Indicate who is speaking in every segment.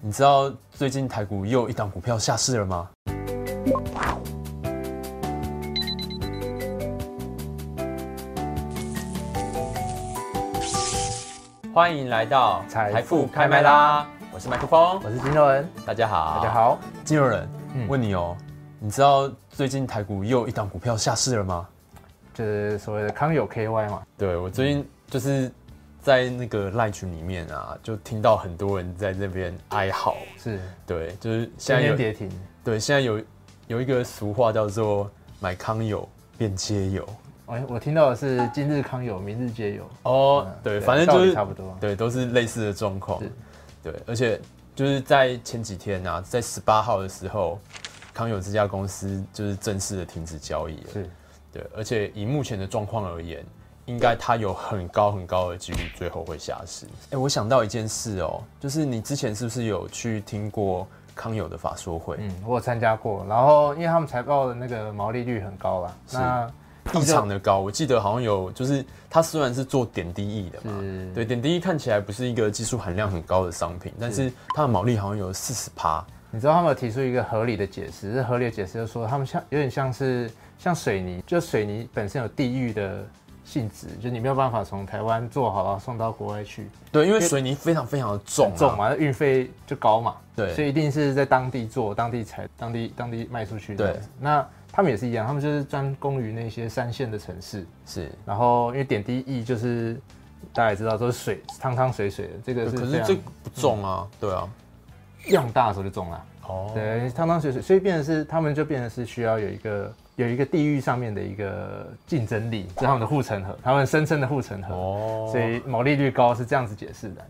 Speaker 1: 你知道最近台股又有一档股票下市了吗？欢迎来到
Speaker 2: 财富
Speaker 1: 开麦啦！我是麦克风，
Speaker 2: 我是金头人，
Speaker 1: 大家好，
Speaker 2: 大家。好。
Speaker 1: 金牛人，
Speaker 2: 嗯
Speaker 1: 问你哦，你知道最近台股又有一档股票下市了吗？
Speaker 2: 就是所谓的康友 KY 嘛，
Speaker 1: 对我最近就是在那个赖群里面啊，就听到很多人在那边哀嚎。
Speaker 2: 是
Speaker 1: 对，就是现
Speaker 2: 今
Speaker 1: 在有
Speaker 2: 天跌停，
Speaker 1: 对，现在有有一个俗话叫做“买糠油变街油
Speaker 2: 哎，我听到的是今日康友，明日皆友。”。
Speaker 1: 哦
Speaker 2: 嗯，
Speaker 1: 对，反正就
Speaker 2: 道理
Speaker 1: 是
Speaker 2: 差不多。
Speaker 1: 对，都是类似的状况
Speaker 2: 是。
Speaker 1: 对，而且就是在前几天啊，在十八号的时候，康友这家公司就是正式的停止交易了。
Speaker 2: 是
Speaker 1: 对，而且以目前的状况而言，应该它有很高很高的几率最后会下市。哎、我想到一件事哦，就是你之前是不是有去听过康友的法说会？
Speaker 2: 嗯，我有参加过，然后因为他们财报的那个毛利率很高啦，
Speaker 1: 是
Speaker 2: 那
Speaker 1: 异常的高，我记得好像有，就是它虽然是做点滴液的嘛，
Speaker 2: 是
Speaker 1: 对，点滴液看起来不是一个技术含量很高的商品，但是它的毛利好像有四十趴，
Speaker 2: 你知道他们有提出一个合理的解释，这合理的解释就是说他们像有点像是像水泥，就水泥本身有地域的性质，就你没有办法从台湾做好啊送到国外去，
Speaker 1: 对，因为水泥非常非常的重、啊，
Speaker 2: 重嘛，那运费就高嘛，
Speaker 1: 对
Speaker 2: 所以一定是在当地做、当地采、当地当地卖出去的。
Speaker 1: 对，
Speaker 2: 那他们也是一样，他们就是专攻于那些三线的城市，
Speaker 1: 是。
Speaker 2: 然后因为点滴液就是大家也知道都是水汤汤水水的，这个
Speaker 1: 对
Speaker 2: 是
Speaker 1: 可
Speaker 2: 非
Speaker 1: 是
Speaker 2: 常
Speaker 1: 这个不重啊，对啊，
Speaker 2: 量大的时候就中了，
Speaker 1: 哦，
Speaker 2: 嗯对，汤汤水水，所以变成是他们就变成是需要有一个有一个地域上面的一个竞争力，这是他们的护城河，他们声称的护城河，
Speaker 1: 哦，
Speaker 2: 所以毛利率高是这样子解释的。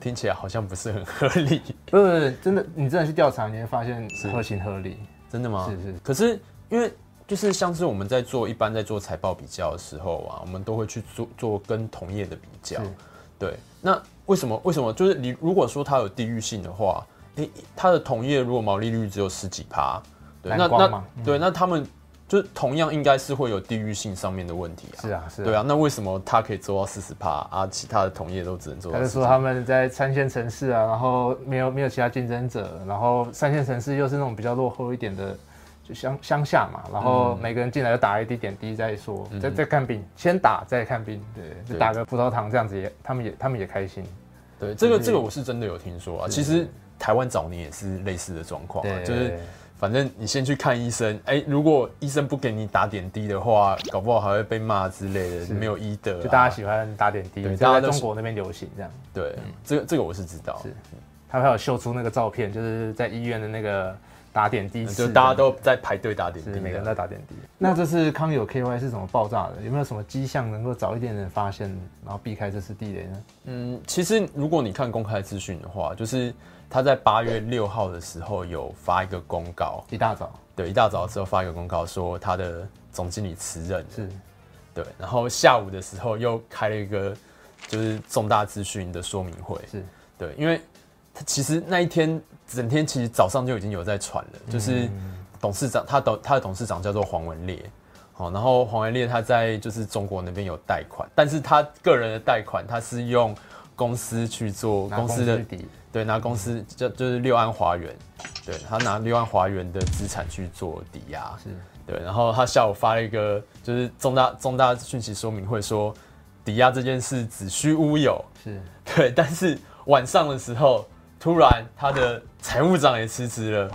Speaker 1: 听起来好像不是很合理，
Speaker 2: 不不不，真的，你真的去调查，你会发现合情合理。
Speaker 1: 真的吗？
Speaker 2: 是是
Speaker 1: 可是因为就是像是我们在做一般在做财报比较的时候啊，我们都会去做做跟同业的比较
Speaker 2: 是。
Speaker 1: 对，那为什么为什么就是你如果说它有地域性的话，诶、它的同业如果毛利率只有十几趴，对，那
Speaker 2: 蓝光
Speaker 1: 那
Speaker 2: 嘛嗯
Speaker 1: 对，那他们就是同样应该是会有地域性上面的问题啊。
Speaker 2: 是啊，是啊。
Speaker 1: 对啊，那为什么它可以做到四十趴啊？其他的同业都只能做
Speaker 2: 他
Speaker 1: 到
Speaker 2: 就
Speaker 1: 十
Speaker 2: 说他们在三线城市啊，然后没有没有其他竞争者，然后三线城市又是那种比较落后一点的，就乡乡下嘛，
Speaker 1: 嗯
Speaker 2: 然后每个人进来就打一滴点滴再说，再再看病，先打再看病，对，
Speaker 1: 对
Speaker 2: 就打个葡萄糖这样子也，他们也他们也开心，
Speaker 1: 对，这个这个我是真的有听说啊。其实台湾早年也是类似的状况、啊，
Speaker 2: 对
Speaker 1: 就是反正你先去看医生，哎、如果医生不给你打点滴的话，搞不好还会被骂之类的，没有医德、啊。
Speaker 2: 就大家喜欢打点
Speaker 1: 对
Speaker 2: 滴，这个
Speaker 1: 大家
Speaker 2: 在
Speaker 1: 都
Speaker 2: 中
Speaker 1: 是
Speaker 2: 国那边流行这样。
Speaker 1: 对、这个这个我是知道，
Speaker 2: 嗯是他们还有秀出那个照片，就是在医院的那个打点滴室，
Speaker 1: 嗯就大家都在排队打点
Speaker 2: 是
Speaker 1: 滴
Speaker 2: 每个人
Speaker 1: 的。
Speaker 2: 在打点滴。那这次康友 KY 是怎么爆炸的？有没有什么迹象能够早一点点发现，然后避开这次地雷呢？
Speaker 1: 嗯，其实如果你看公开资讯的话，就是他在八月六号的时候有发一个公告，
Speaker 2: 一大早
Speaker 1: 对，一大早的时候发一个公告说他的总经理辞任了，
Speaker 2: 是
Speaker 1: 对，然后下午的时候又开了一个就是重大资讯的说明会，
Speaker 2: 是
Speaker 1: 对，因为他其实那一天整天其实早上就已经有在传了，就是
Speaker 2: 嗯
Speaker 1: 董事长他董他的董事长叫做黄文烈，好，然后黄文烈他在就是中国那边有贷款，但是他个人的贷款他是用公司去做
Speaker 2: 拿
Speaker 1: 公司的
Speaker 2: 去抵
Speaker 1: 对拿公司就就是六安华元，对他拿六安华元的资产去做抵押，
Speaker 2: 是
Speaker 1: 对，然后他下午发了一个就是重大重大讯息说明会说，抵押这件事子虚乌有，
Speaker 2: 是
Speaker 1: 对，但是晚上的时候，突然他的财务长也辞职了，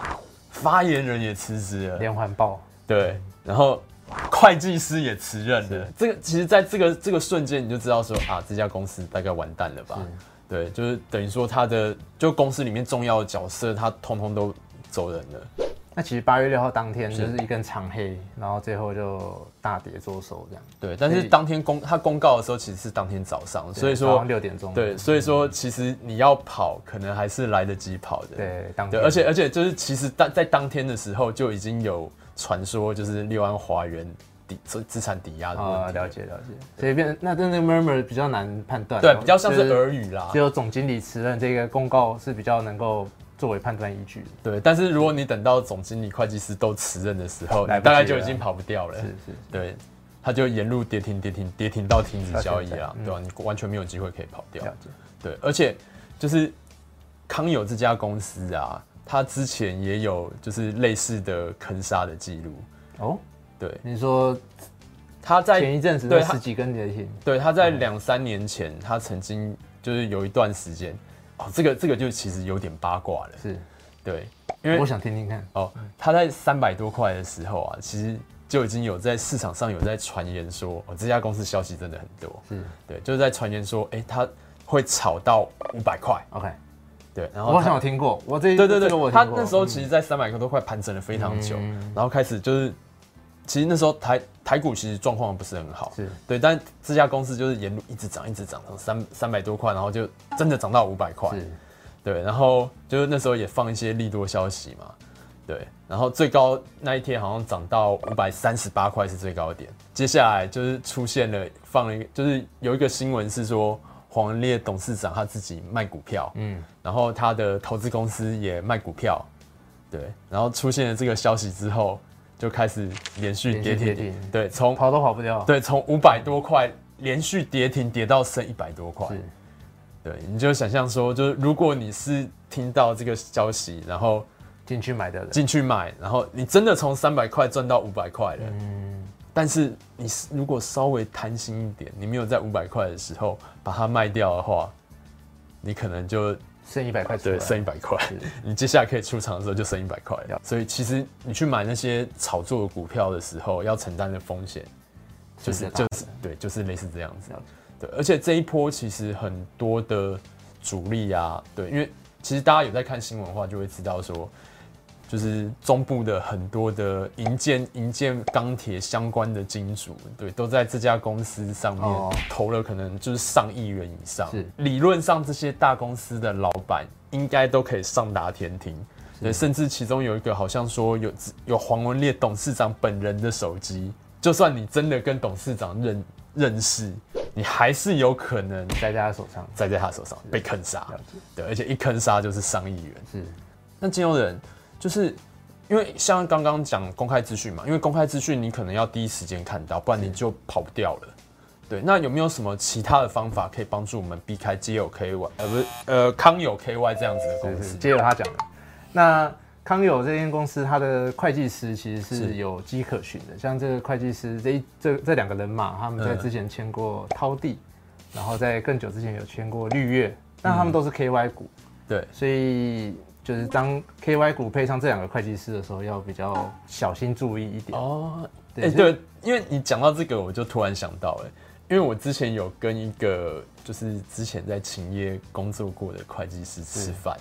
Speaker 1: 发言人也辞职了，
Speaker 2: 连环爆，
Speaker 1: 对，然后会计师也辞任了。这个其实在这个这个瞬间，你就知道说啊，这家公司大概完蛋了吧？对，就是等于说他的就公司里面重要的角色，他通通都走人了。
Speaker 2: 那其实八月六号当天就是一根长黑，然后最后就大跌做手这样。
Speaker 1: 对，但
Speaker 2: 所
Speaker 1: 是
Speaker 2: 以
Speaker 1: 当天公他公告的时候，其实是当天早上，所以说
Speaker 2: 六点钟
Speaker 1: 对，所以说其实你要跑，可能还是来得及跑的。
Speaker 2: 对当
Speaker 1: 对，
Speaker 2: 天
Speaker 1: 而且而且就是其实当在当天的时候就已经有传说，就是六安华元抵资资产抵押的问题。
Speaker 2: 啊了解了解，所以变那真的 murmur 比较难判断，哦
Speaker 1: 对，比较像是
Speaker 2: 就是
Speaker 1: 耳语啦
Speaker 2: 只。有总经理辞任这个公告是比较能够作为判断依据的。
Speaker 1: 对，但是如果你等到总经理、会计师都辞任的时候，你
Speaker 2: 来不及
Speaker 1: 大概就已
Speaker 2: 了
Speaker 1: 经跑不掉了。
Speaker 2: 是是
Speaker 1: 对，他就沿路跌停、跌停、跌停到停止交易
Speaker 2: 到现
Speaker 1: 啊
Speaker 2: 在，嗯
Speaker 1: 对吧、你完全没有机会可以跑掉
Speaker 2: 了。解。
Speaker 1: 对，而且就是康友这家公司啊，它之前也有就是类似的坑杀的记录。
Speaker 2: 哦，
Speaker 1: 对，
Speaker 2: 你说
Speaker 1: 它在
Speaker 2: 前一阵子
Speaker 1: 哎对
Speaker 2: 那
Speaker 1: 他
Speaker 2: 十几根跌停，
Speaker 1: 对它
Speaker 2: 哦
Speaker 1: 在两三年前，它曾经就是有一段时间，哦，这个这个就其实有点八卦了。
Speaker 2: 是，
Speaker 1: 对，因为
Speaker 2: 我想听听看。
Speaker 1: 哦，它在三百多块的时候啊，其实就已经有在市场上有在传言说，哦，这家公司消息真的很多。
Speaker 2: 是
Speaker 1: 对，就是在传言说，哎、它会炒到五百块。
Speaker 2: ，OK，
Speaker 1: 对，然
Speaker 2: 我
Speaker 1: 后
Speaker 2: 好
Speaker 1: 它
Speaker 2: 像有听过，我这
Speaker 1: 哦对对
Speaker 2: 这个我
Speaker 1: 对，
Speaker 2: 有听
Speaker 1: 他
Speaker 2: 过
Speaker 1: 那时候其实，在三百块都快盘整了非常久，
Speaker 2: 嗯
Speaker 1: 然后开始就是，其实那时候台台股其实状况不是很好，
Speaker 2: 嗯是
Speaker 1: 对，但这家公司就是沿路一直涨，一直涨，从三三百多块，然后就真的涨到五百块，
Speaker 2: 是
Speaker 1: 对，然后就是那时候也放一些利多消息嘛，对，然后最高那一天好像涨到五百三十八块是最高点，接下来就是出现了放了一个，就是有一个新闻是说黄文烈董事长他自己卖股票，
Speaker 2: 嗯，
Speaker 1: 然后他的投资公司也卖股票，对，然后出现了这个消息之后，就开始连续
Speaker 2: 连续
Speaker 1: 跌停，
Speaker 2: 跌停
Speaker 1: 对，从
Speaker 2: 跑都跑不掉。，
Speaker 1: 对从五百多块连续跌停跌到剩一百多块，
Speaker 2: 是
Speaker 1: 对，你就想象说，就是如果你是听到这个消息，然后
Speaker 2: 进去买的人，
Speaker 1: 进去买，然后你真的从三百块赚到五百块了，
Speaker 2: 嗯，
Speaker 1: 但是你是如果稍微贪心一点，你没有在五百块的时候把它卖掉的话，你可能就
Speaker 2: 剩一百块出来
Speaker 1: 对，剩一百块
Speaker 2: 啊是，
Speaker 1: 你接下来可以出场的时候就剩一百块了。所以其实你去买那些炒作的股票的时候，要承担的风险就是
Speaker 2: 是这
Speaker 1: 就
Speaker 2: 样
Speaker 1: 是对，就是类似这样子
Speaker 2: 了解。
Speaker 1: 对，而且这一波其实很多的主力啊，对，因为其实大家有在看新闻的话，就会知道说，就是中部的很多的银建、银建、钢铁相关的金主，对，都在这家公司上面
Speaker 2: 哦
Speaker 1: 投了可能就是上亿元以上。
Speaker 2: 是
Speaker 1: 理论上这些大公司的老板应该都可以上达天庭，对，甚至其中有一个好像说有有黄文烈董事长本人的手机，就算你真的跟董事长认认识，你还是有可能
Speaker 2: 在大家手上
Speaker 1: 栽在他手上被坑杀
Speaker 2: 了解，
Speaker 1: 对，而且一坑杀就是上亿元。
Speaker 2: 是
Speaker 1: 那金融人就是因为像刚刚讲公开资讯嘛，因为公开资讯你可能要第一时间看到，不然你就跑不掉了。对，那有没有什么其他的方法可以帮助我们避开街友 KY，呃，不是，呃，康友 KY 这样子的公
Speaker 2: 是
Speaker 1: 司
Speaker 2: 是，？接着他讲的。那康友这间公司，它的会计师其实
Speaker 1: 是
Speaker 2: 是有迹可循的。像这个会计师这一这这两个人马，他们在
Speaker 1: 嗯
Speaker 2: 之前签过涛地，然后在更久之前有签过绿月，但他们都是 KY 股，
Speaker 1: 对，
Speaker 2: 所以就是当 KY 股配上这两个会计师的时候，要比较小心注意一点。
Speaker 1: 哦，哎、
Speaker 2: 对就
Speaker 1: 对，因为你讲到这个，我就突然想到、哎，因为我之前有跟一个就是之前在勤业工作过的会计师吃饭，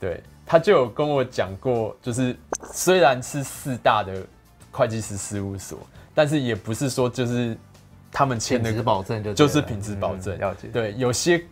Speaker 1: 对，他就有跟我讲过，就是虽然是四大的会计师事务所，但是也不是说就是他们签
Speaker 2: 品
Speaker 1: 的
Speaker 2: 质保证就对
Speaker 1: 就是
Speaker 2: 了
Speaker 1: 品质保证，
Speaker 2: 嗯了解。
Speaker 1: 对，有些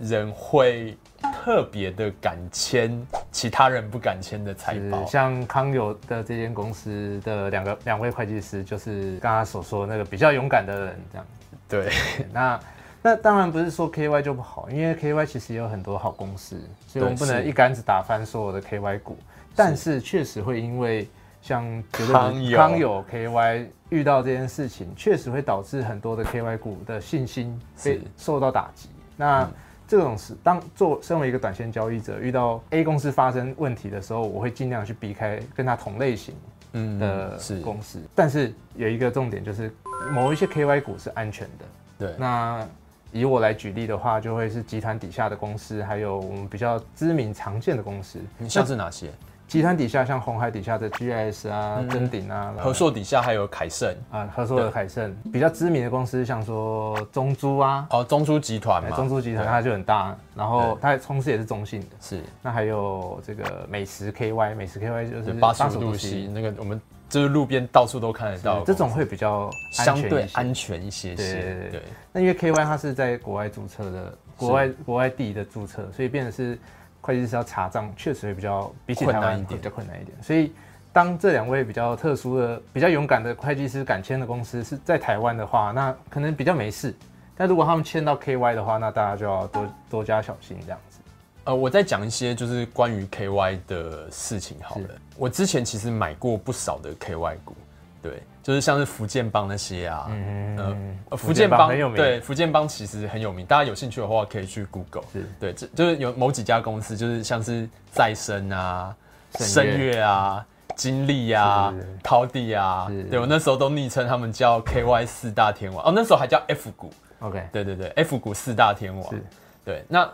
Speaker 1: 人会特别的敢签其他人不敢签的财
Speaker 2: 是
Speaker 1: 报，
Speaker 2: 像康友的这间公司的两个两位会计师，就是刚刚所说的那个比较勇敢的人，这样。
Speaker 1: 对，
Speaker 2: 那那当然不是说 KY 就不好，因为 KY 其实也有很多好公司，所以我们
Speaker 1: 对
Speaker 2: 不能
Speaker 1: 是
Speaker 2: 一竿子打翻所有的 KY 股。但是确实会因为像绝对
Speaker 1: 康友
Speaker 2: 康友 KY 遇到这件事情，确实会导致很多的 KY 股的信心被
Speaker 1: 是嗯
Speaker 2: 受到打击。那、这种事，当做身为一个短线交易者，遇到 A 公司发生问题的时候，我会尽量去避开跟它同类型的
Speaker 1: 嗯，是，
Speaker 2: 呃公司。但是有一个重点就是，某一些 KY 股是安全的，
Speaker 1: 对，
Speaker 2: 那以我来举例的话，就会是集团底下的公司，还有我们比较知名常见的公司。
Speaker 1: 你像是哪些？
Speaker 2: 集团底下像红海底下的 GS 啊、臻鼎啊、
Speaker 1: 嗯和硕底下还有凯盛，
Speaker 2: 啊、合硕的
Speaker 1: 对
Speaker 2: 海盛，比较知名的公司，像说中珠啊，
Speaker 1: 哦，中珠集团
Speaker 2: 哎
Speaker 1: 嘛，
Speaker 2: 中珠集团它就很大，然后它同时也是中信的。
Speaker 1: 是
Speaker 2: 那还有这个美食 KY，美食 KY 就是
Speaker 1: 八十
Speaker 2: 八十
Speaker 1: 五
Speaker 2: 五
Speaker 1: 度
Speaker 2: 度
Speaker 1: C
Speaker 2: 西，
Speaker 1: 那个，我们就是路边到处都看得到的公
Speaker 2: 对
Speaker 1: 司，
Speaker 2: 这种会比较安全
Speaker 1: 相
Speaker 2: 一
Speaker 1: 对
Speaker 2: 些
Speaker 1: 安全一些
Speaker 2: 对对
Speaker 1: 些，
Speaker 2: 对
Speaker 1: 对，
Speaker 2: 那因为 KY 它是在国外注册的，国外国外地的注册，所以变得是会计师要查账，确实会比较比起台
Speaker 1: 困难
Speaker 2: 湾
Speaker 1: 一
Speaker 2: 会
Speaker 1: 点
Speaker 2: 比较困难一点。所以当这两位比较特殊的、比较勇敢的会计师敢签的公司是在台湾的话，那可能比较没事。但如果他们签到 KY 的话，那大家就要多多加小心这样子。
Speaker 1: 呃，我再讲一些就是关于 KY 的事情好了
Speaker 2: 是。
Speaker 1: 我之前其实买过不少的 KY 股，对，就是像是福建帮那些啊，
Speaker 2: 嗯
Speaker 1: 呃，福建帮
Speaker 2: 很有名，
Speaker 1: 对，福建帮其实很有名，大家有兴趣的话可以去 Google。
Speaker 2: 是
Speaker 1: 对，这就是有某几家公司，就是像是再生啊、
Speaker 2: 盛
Speaker 1: 声
Speaker 2: 悦
Speaker 1: 乐啊、金立啊
Speaker 2: 是、
Speaker 1: 涛地啊
Speaker 2: 是，
Speaker 1: 对我那时候都昵称他们叫 KY 四大天王，哦，那时候还叫 F 股，
Speaker 2: OK，
Speaker 1: 对对对，F 股四大天王
Speaker 2: 是。
Speaker 1: 对，那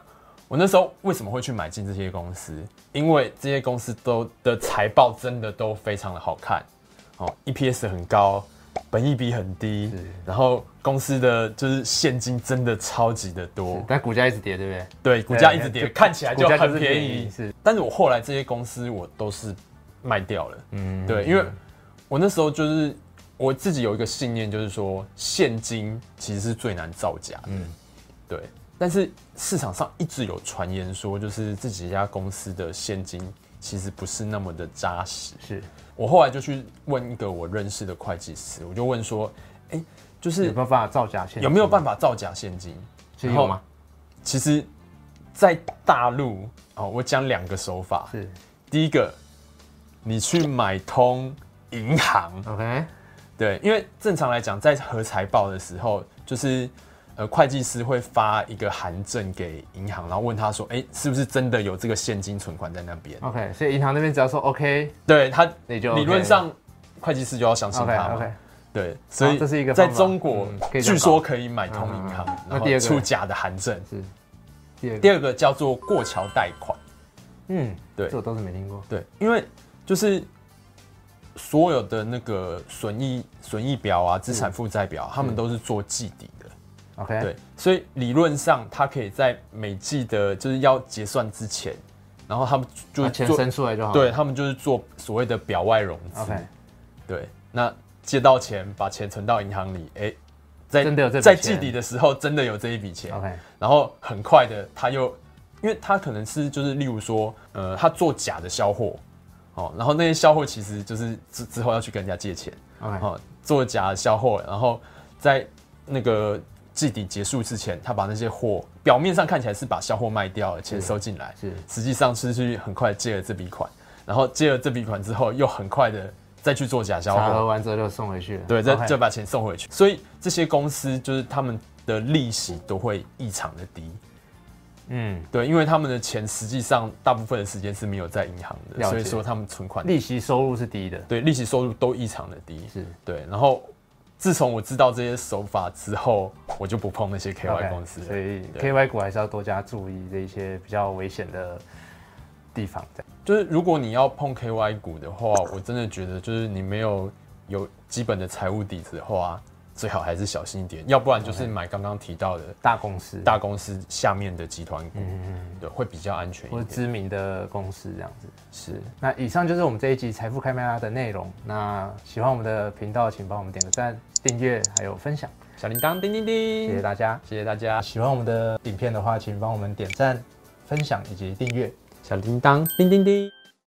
Speaker 1: 我那时候为什么会去买进这些公司？因为这些公司都的财报真的都非常的好看，哦，EPS 很高，本益比很低
Speaker 2: 是，
Speaker 1: 然后公司的就是现金真的超级的多，
Speaker 2: 但股价一直跌，对不对？
Speaker 1: 对，股价一直跌，
Speaker 2: 就
Speaker 1: 看起来就
Speaker 2: 股价就
Speaker 1: 很
Speaker 2: 是
Speaker 1: 便
Speaker 2: 便
Speaker 1: 宜
Speaker 2: 宜。是，
Speaker 1: 但是我后来这些公司我都是卖掉了。
Speaker 2: 嗯，
Speaker 1: 对，因为我那时候就是我自己有一个信念，就是说现金其实是最难造假的。
Speaker 2: 嗯
Speaker 1: 对，但是市场上一直有传言说，就是自己一家公司的现金其实不是那么的扎实。
Speaker 2: 是
Speaker 1: 我后来就去问一个我认识的会计师，我就问说，哎、就
Speaker 2: 有
Speaker 1: 是
Speaker 2: 没有办法造假现金？
Speaker 1: 有没有办法造假现金？
Speaker 2: 是有吗？
Speaker 1: 其实，在大陆哦，我讲两个手法。
Speaker 2: 是
Speaker 1: 第一个，你去买通银行，
Speaker 2: OK，
Speaker 1: 对，因为正常来讲，在核财报的时候，就是呃，会计师会发一个函证给银行，然后问他说，哎、是不是真的有这个现金存款在那边？
Speaker 2: OK，所以银行那边只要说 OK，
Speaker 1: 对他，
Speaker 2: 哦你就
Speaker 1: 理
Speaker 2: OK
Speaker 1: 论上会计师就要相信
Speaker 2: OK
Speaker 1: 他嘛
Speaker 2: OK，
Speaker 1: 对，所以
Speaker 2: 这是一个
Speaker 1: 在
Speaker 2: 方法
Speaker 1: 中国
Speaker 2: 嗯可以这样
Speaker 1: 据
Speaker 2: 搞
Speaker 1: 说可以买通银行
Speaker 2: 嗯嗯嗯，
Speaker 1: 然
Speaker 2: 那
Speaker 1: 后
Speaker 2: 第二个
Speaker 1: 出假的函证。
Speaker 2: 是第二
Speaker 1: 第
Speaker 2: 个，
Speaker 1: 二个叫做过桥贷款，
Speaker 2: 嗯，
Speaker 1: 对
Speaker 2: 这我倒是没听过，
Speaker 1: 对，因为就是所有的那个损益损益表啊、资
Speaker 2: 嗯
Speaker 1: 产负债表，他们都是做季底的。
Speaker 2: OK，
Speaker 1: 对，所以理论上他可以在每季的就是要结算之前，然后他们就
Speaker 2: 把
Speaker 1: 是
Speaker 2: 钱
Speaker 1: 做，
Speaker 2: 生出来就好了。
Speaker 1: 对他们就是做所谓的表外融资。
Speaker 2: ，OK，
Speaker 1: 对，那借到钱，把钱存到银行里，哎、在
Speaker 2: 真的有这笔
Speaker 1: 在季
Speaker 2: 钱
Speaker 1: 底的时候，真的有这一笔钱。
Speaker 2: OK
Speaker 1: 然后很快的他又，因为他可能是就是例如说，呃，他做假的销货，哦，然后那些销货其实就是之之后要去跟人家借钱，
Speaker 2: OK，
Speaker 1: 哦，做假的销货，然后在那个季底结束之前，他把那些货表面上看起来是把销货卖掉了，钱收进来，
Speaker 2: 是
Speaker 1: 实际上是去很快借了这笔款，然后借了这笔款之后，又很快的再去做假销
Speaker 2: 查哦核
Speaker 1: 货，
Speaker 2: 完之后就送回去了。
Speaker 1: 对，再
Speaker 2: OK，
Speaker 1: 再把钱送回去。所以这些公司就是他们的利息都会异常的低，
Speaker 2: 嗯，
Speaker 1: 对，因为他们的钱实际上大部分的时间是没有在银行的，
Speaker 2: 了解
Speaker 1: 所以说他们存款
Speaker 2: 利息收入是低的，
Speaker 1: 对利息收入都异常的低，
Speaker 2: 是
Speaker 1: 对，然后自从我知道这些手法之后，我就不碰那些 KY
Speaker 2: OK，
Speaker 1: 公司了。
Speaker 2: 所以
Speaker 1: 对
Speaker 2: KY 股还是要多加注意这一些比较危险的地方。这样
Speaker 1: 就是如果你要碰 KY 股的话，我真的觉得就是你没有有基本的财务底子的话，最好还是小心一点，要不然就是买刚刚提到的
Speaker 2: 大公司，
Speaker 1: 大公司下面的集团
Speaker 2: 嗯
Speaker 1: 股，对，会比较安全
Speaker 2: 或
Speaker 1: 一
Speaker 2: 者
Speaker 1: 点。
Speaker 2: 知名的公司这样子。
Speaker 1: 是，
Speaker 2: 那以上就是我们这一集财富开麦拉的内容。那喜欢我们的频道，请帮我们点个赞、订阅还有分享，
Speaker 1: 小铃铛叮叮叮，
Speaker 2: 谢谢大家。
Speaker 1: 谢谢大家，
Speaker 2: 喜欢我们的影片的话，请帮我们点赞、分享以及订阅。
Speaker 1: 小铃铛叮叮叮。